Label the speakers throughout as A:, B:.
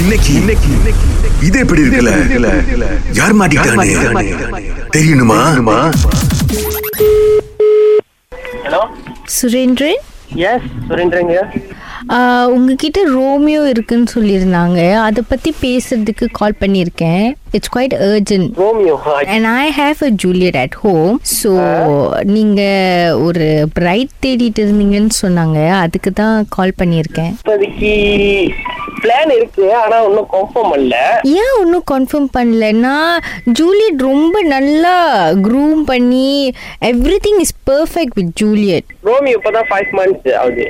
A: இன்னைக்கு இன்னைக்கு இது எப்படி இருக்குல்ல யார் மாட்டிக்கிட்டானே தெரியணுமா
B: ஹலோ
C: சுரேந்திரன்
B: எஸ் சுரேந்திரங்க
C: ஆ, உங்ககிட்ட ரோமியோ இருக்குன்னு சொல்லியிருந்தாங்க அதை பற்றி பேசுறதுக்கு கால் பண்ணியிருக்கேன் it's quite urgent
B: Romeo
C: and I have a Juliet at home so நீங்கள் ஒரு பிரைட் தேடிட்டு இருந்தீங்கன்னு சொன்னாங்க அதுக்கு தான் கால் பண்ணியிருக்கேன்
B: இப்போதைக்கு பிளான் இருக்கு ஆனா இன்னும் கன்ஃபார்ம் பண்ணல
C: ஏன் ஒன்றும் கன்ஃபார்ம் பண்ணலன்னா ஜூலியட் ரொம்ப நல்லா க்ரூம் பண்ணி everything is perfect with Juliet
B: Romeo இப்பதான் ஃபைவ் மந்த்ஸ் ஆகுது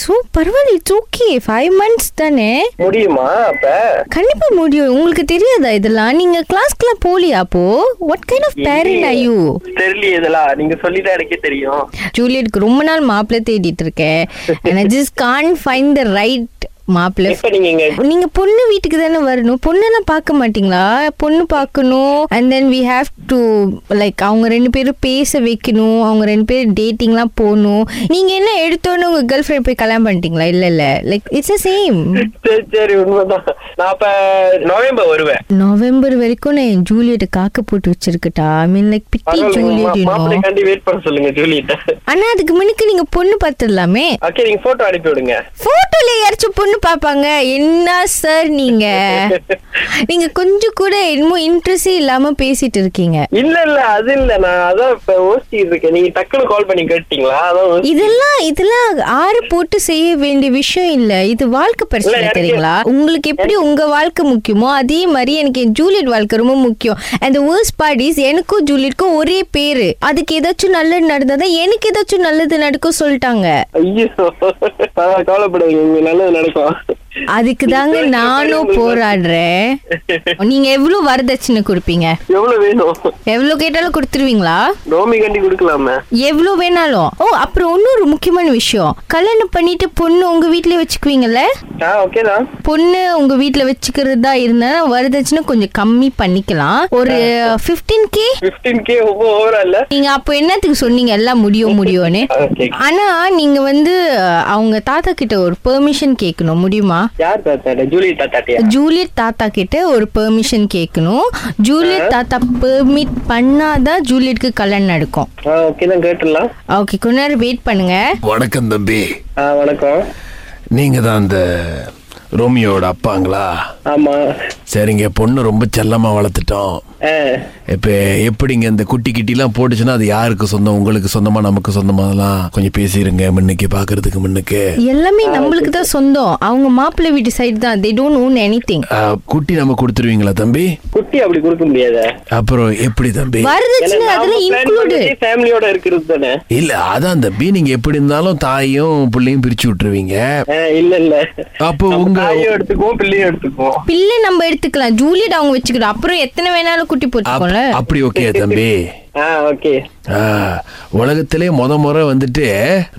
C: ஸோ பரவாயில்ல இட்ஸ் ஓகே ஃபைவ் மந்த்ஸ் தானே
B: முடியுமா அப்ப
C: கண்டிப்பா முடியும் உங்களுக்கு தெரியாதா இதெல்லாம் நீங்க கிளாஸ்க்குலாம் போலியா அப்போ what kind of parent are you
B: தெரியல இதெல்லாம் நீங்க சொல்லிதான் எனக்கே தெரியும்
C: ஜூலியட்க்கு ரொம்ப நாள் மாப்பிள்ளை தேடிட்டு இருக்கேன் and I just can't find the right மாப்பிள்ளை
B: இப்ப நீங்க இங்க
C: நீங்க பொண்ணு வீட்டுக்கு தானே வரணும் பொண்ணெல்லாம் பார்க்க மாட்டீங்களா பொண்ணு பார்க்கணும் and then we have to like அவங்க ரெண்டு பேரும் பேச வைக்கணும் அவங்க ரெண்டு பேரும் டேட்டிங்லாம் போகணும் நீங்க என்ன எடுத்தோன்னு உங்க கேர்ள் ஃப்ரெண்ட் போய் கல்யாணம் பண்ணிட்டீங்களா இல்ல இல்ல லைக் இட்ஸ் அ சேம்
B: சரி சரி உண்மைதான் நான் அப்ப நவம்பர் வருவேன்
C: நவம்பர் வரைக்கும் நான் என் ஜூலியட்டை காக்க போட்டு வச்சிருக்கட்டா I mean like pity Juliet
B: மாப்பிள்ளை
C: யூனோ
B: கண்டி வெயிட் பண்ண சொல்லுங்க ஜூலியிட்ட
C: ஆனா அதுக்கு முன்னுக்கு நீங்க பொண்ணு பார்த்துடலாமே
B: ஓகே நீங்க போட்டோ அனுப்பி விடுங்க
C: போட்டோல யாராச்சும் பொண்ணு பார்ப்பாங்க என்ன சார் நீங்க நீங்க கொஞ்சம் கூட என்னமோ இன்ட்ரெஸ்டே இல்லாம பேசிட்டு இருக்கீங்க
B: இல்ல இல்ல அது இல்ல நான் அதான் இப்ப யோசிச்சுட்டு இருக்கேன் நீங்க டக்குன்னு கால் பண்ணி கேட்டீங்களா அதான் யோசிச்சுட்டு
C: இதெல்லாம் இதெல்லாம் ஆறு போட்டு செய்ய வேண்டிய விஷயம் இல்ல இது வாழ்க்கை
B: இல்ல,
C: பிரச்சனை
B: எனக்கு-
C: தெரியுங்களா உங்களுக்கு எப்படி உங்க வாழ்க்கை முக்கியமோ அதே மாதிரி எனக்கு என் ஜூலியட் வாழ்க்கை ரொம்ப முக்கியம் அந்த வேர்ஸ் பார்ட்டிஸ் எனக்கும் ஜூலியட்க்கும் ஒரே பேரு அதுக்கு ஏதாச்சும் நல்லது நடந்ததா எனக்கு ஏதாச்சும் நல்லது நடக்கும் சொல்லிட்டாங்க
B: ஐயோ பரவாயில்ல, கவலைப்படாதீங்க இங்க நல்லது நடக்கும்
C: அதுக்கு தாங்க நானும் போராடுறேன் நீங்க எவ்வளவு வரதட்சணை கொடுப்பீங்க
B: எவ்வளவு வேணும்
C: எவ்வளவு கேட்டாலும் கொடுத்துருவீங்களா
B: ரோமி கண்டி கொடுக்கலாமே
C: எவ்வளவு வேணாலும் ஓ அப்புறம் இன்னொரு முக்கியமான விஷயம் கல்யாணம் பண்ணிட்டு பொண்ணு உங்க வீட்லயே வச்சுக்குவீங்கல்ல
B: ஆ ஓகே தான்
C: பொண்ணு உங்க வீட்ல வச்சுக்கிறதா இருந்தா வரதட்சணை கொஞ்சம் கம்மி பண்ணிக்கலாம் ஒரு 15k கே
B: பிப்டீன் கே ஓவரா இல்ல
C: நீங்க அப்போ என்னத்துக்கு சொன்னீங்க எல்லாம் முடியும் முடியும்னு
B: ஓகே
C: ஆனா நீங்க வந்து அஹ், அவங்க தாத்தா கிட்ட ஒரு பெர்மிஷன் கேட்கணும் முடியுமா
B: யார் தாத்தாட்ட ஜூலி தாத்தாட்டியா
C: ஜூலியட் தாத்தா கிட்ட ஒரு பெர்மிஷன் கேட்கணும் ஜூலியட் தாத்தா பெர்மிட் பண்ணாதான் ஜூலியட்க்கு கல்யாணம் நடக்கும்
B: ஆ ஓகே தான் கேட்டுடலாம்
C: ஓகே கொஞ்ச நேரம் வெயிட் பண்ணுங்க
D: வணக்கம் தம்பி
B: ஆ வணக்கம்
D: நீங்க தான் அந்த ரோமியோட அப்பாங்களா
B: ஆமா
D: சரிங்க பொண்ணு ரொம்ப செல்லமா வளர்த்துட்டோம்
B: ஆ
D: இப்போ எப்படிங்க இந்த குட்டி கிட்டிலாம் போட்டுச்சுன்னா அது யாருக்கு சொந்தம் உங்களுக்கு சொந்தமா நமக்கு சொந்தமா அதெல்லாம் கொஞ்சம் பேசிடுங்க முன்னுக்கு பார்க்கறதுக்கு முன்னுக்கு
C: எல்லாமே நம்மளுக்கு தான் சொந்தம் அவங்க மாப்பிள்ளை வீட்டு சைடு தான் தே டோன்ட் ஓன் எனி
D: அஹ், குட்டி நம்ம கொடுத்துருவீங்களா தம்பி
B: குட்டி அப்படி கொடுக்க முடியாத
D: அப்புறம் எப்படி தம்பி
C: வரதட்சணை அதுல இன்க்ளூடு
B: ஃபேமிலியோட இருக்கிறது தானே
D: இல்ல அதான் தம்பி நீங்க எப்படி இருந்தாலும் தாயும் பிள்ளையும் பிரிச்சு விட்டுருவீங்க
B: ஆ, இல்ல இல்ல
D: அப்போ
B: நம்ம
D: உங்க-
B: தாயும் எடுத்துக்குவோம் பிள்ளையும் எடுத்துக்குவோம்
C: பிள்ளை நம்ம எடுத்துக்கலாம் ஜூலியட் அவங்க வச்சுக்கிடும் அப்புறம் எத்தனை வேணாலும் குட்டி
D: அப்-
C: போட்டுக்கோல
D: அப்படி ஓகே தம்பி
B: ஆ ஓகே
D: ஆ, உலகத்திலே முத முறை வந்துட்டு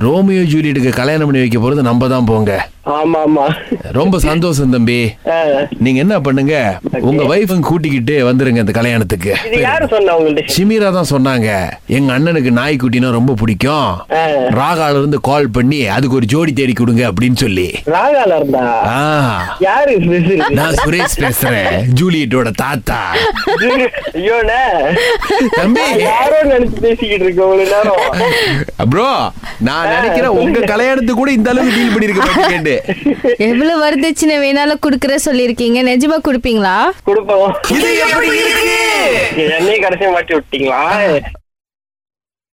D: ரோமியோ ஜூலியட்டுக்கு கல்யாணம் பண்ணி வைக்க போறது நம்ம தான் போங்க
B: ஆமா ஆமா
D: ரொம்ப சந்தோஷம் தம்பி
B: ஆ
D: நீங்க என்ன பண்ணுங்க உங்க வைஃப் கூட்டிக்கிட்டு வந்துருங்க இந்த கல்யாணத்துக்கு
B: இது யாரு சொன்னா உங்கள்ட்ட
D: சிமீரா தான் சொன்னாங்க எங்க அண்ணனுக்கு நாய்க்குட்டினா ரொம்ப பிடிக்கும்
B: ஆ.
D: ராகால இருந்து கால் பண்ணி அதுக்கு ஒரு ஜோடி தேடி கொடுங்க அப்படின்னு சொல்லி
B: ராகால இருந்தா
D: ஆ,
B: யாரு இது?
D: நான் சுரேஷ் பேசுறேன் ஜூலியட்டோட தாத்தா
B: ஐயோண்ணே.
D: தம்பி
B: நான் யாரோ நினைச்சு பேசிக்கிட்டு இருக்கேன் இவ்வளவு நேரம்
D: ப்ரோ நான் நினைக்கிறேன் உங்க கல்யாணத்துக்கு கூட இந்த அளவுக்கு டீல் பண்ணிருக்க கேட்டு
C: எவ்வளவு வரதட்சணை வேணாலும் குடுக்கற சொல்லியிருக்கீங்க நிஜமா கொடுப்பீங்களா
B: கொடுப்போம்
D: இது எப்படி இருக்கு
B: என்னையும் கடைசியா மாட்டி விட்டீங்களா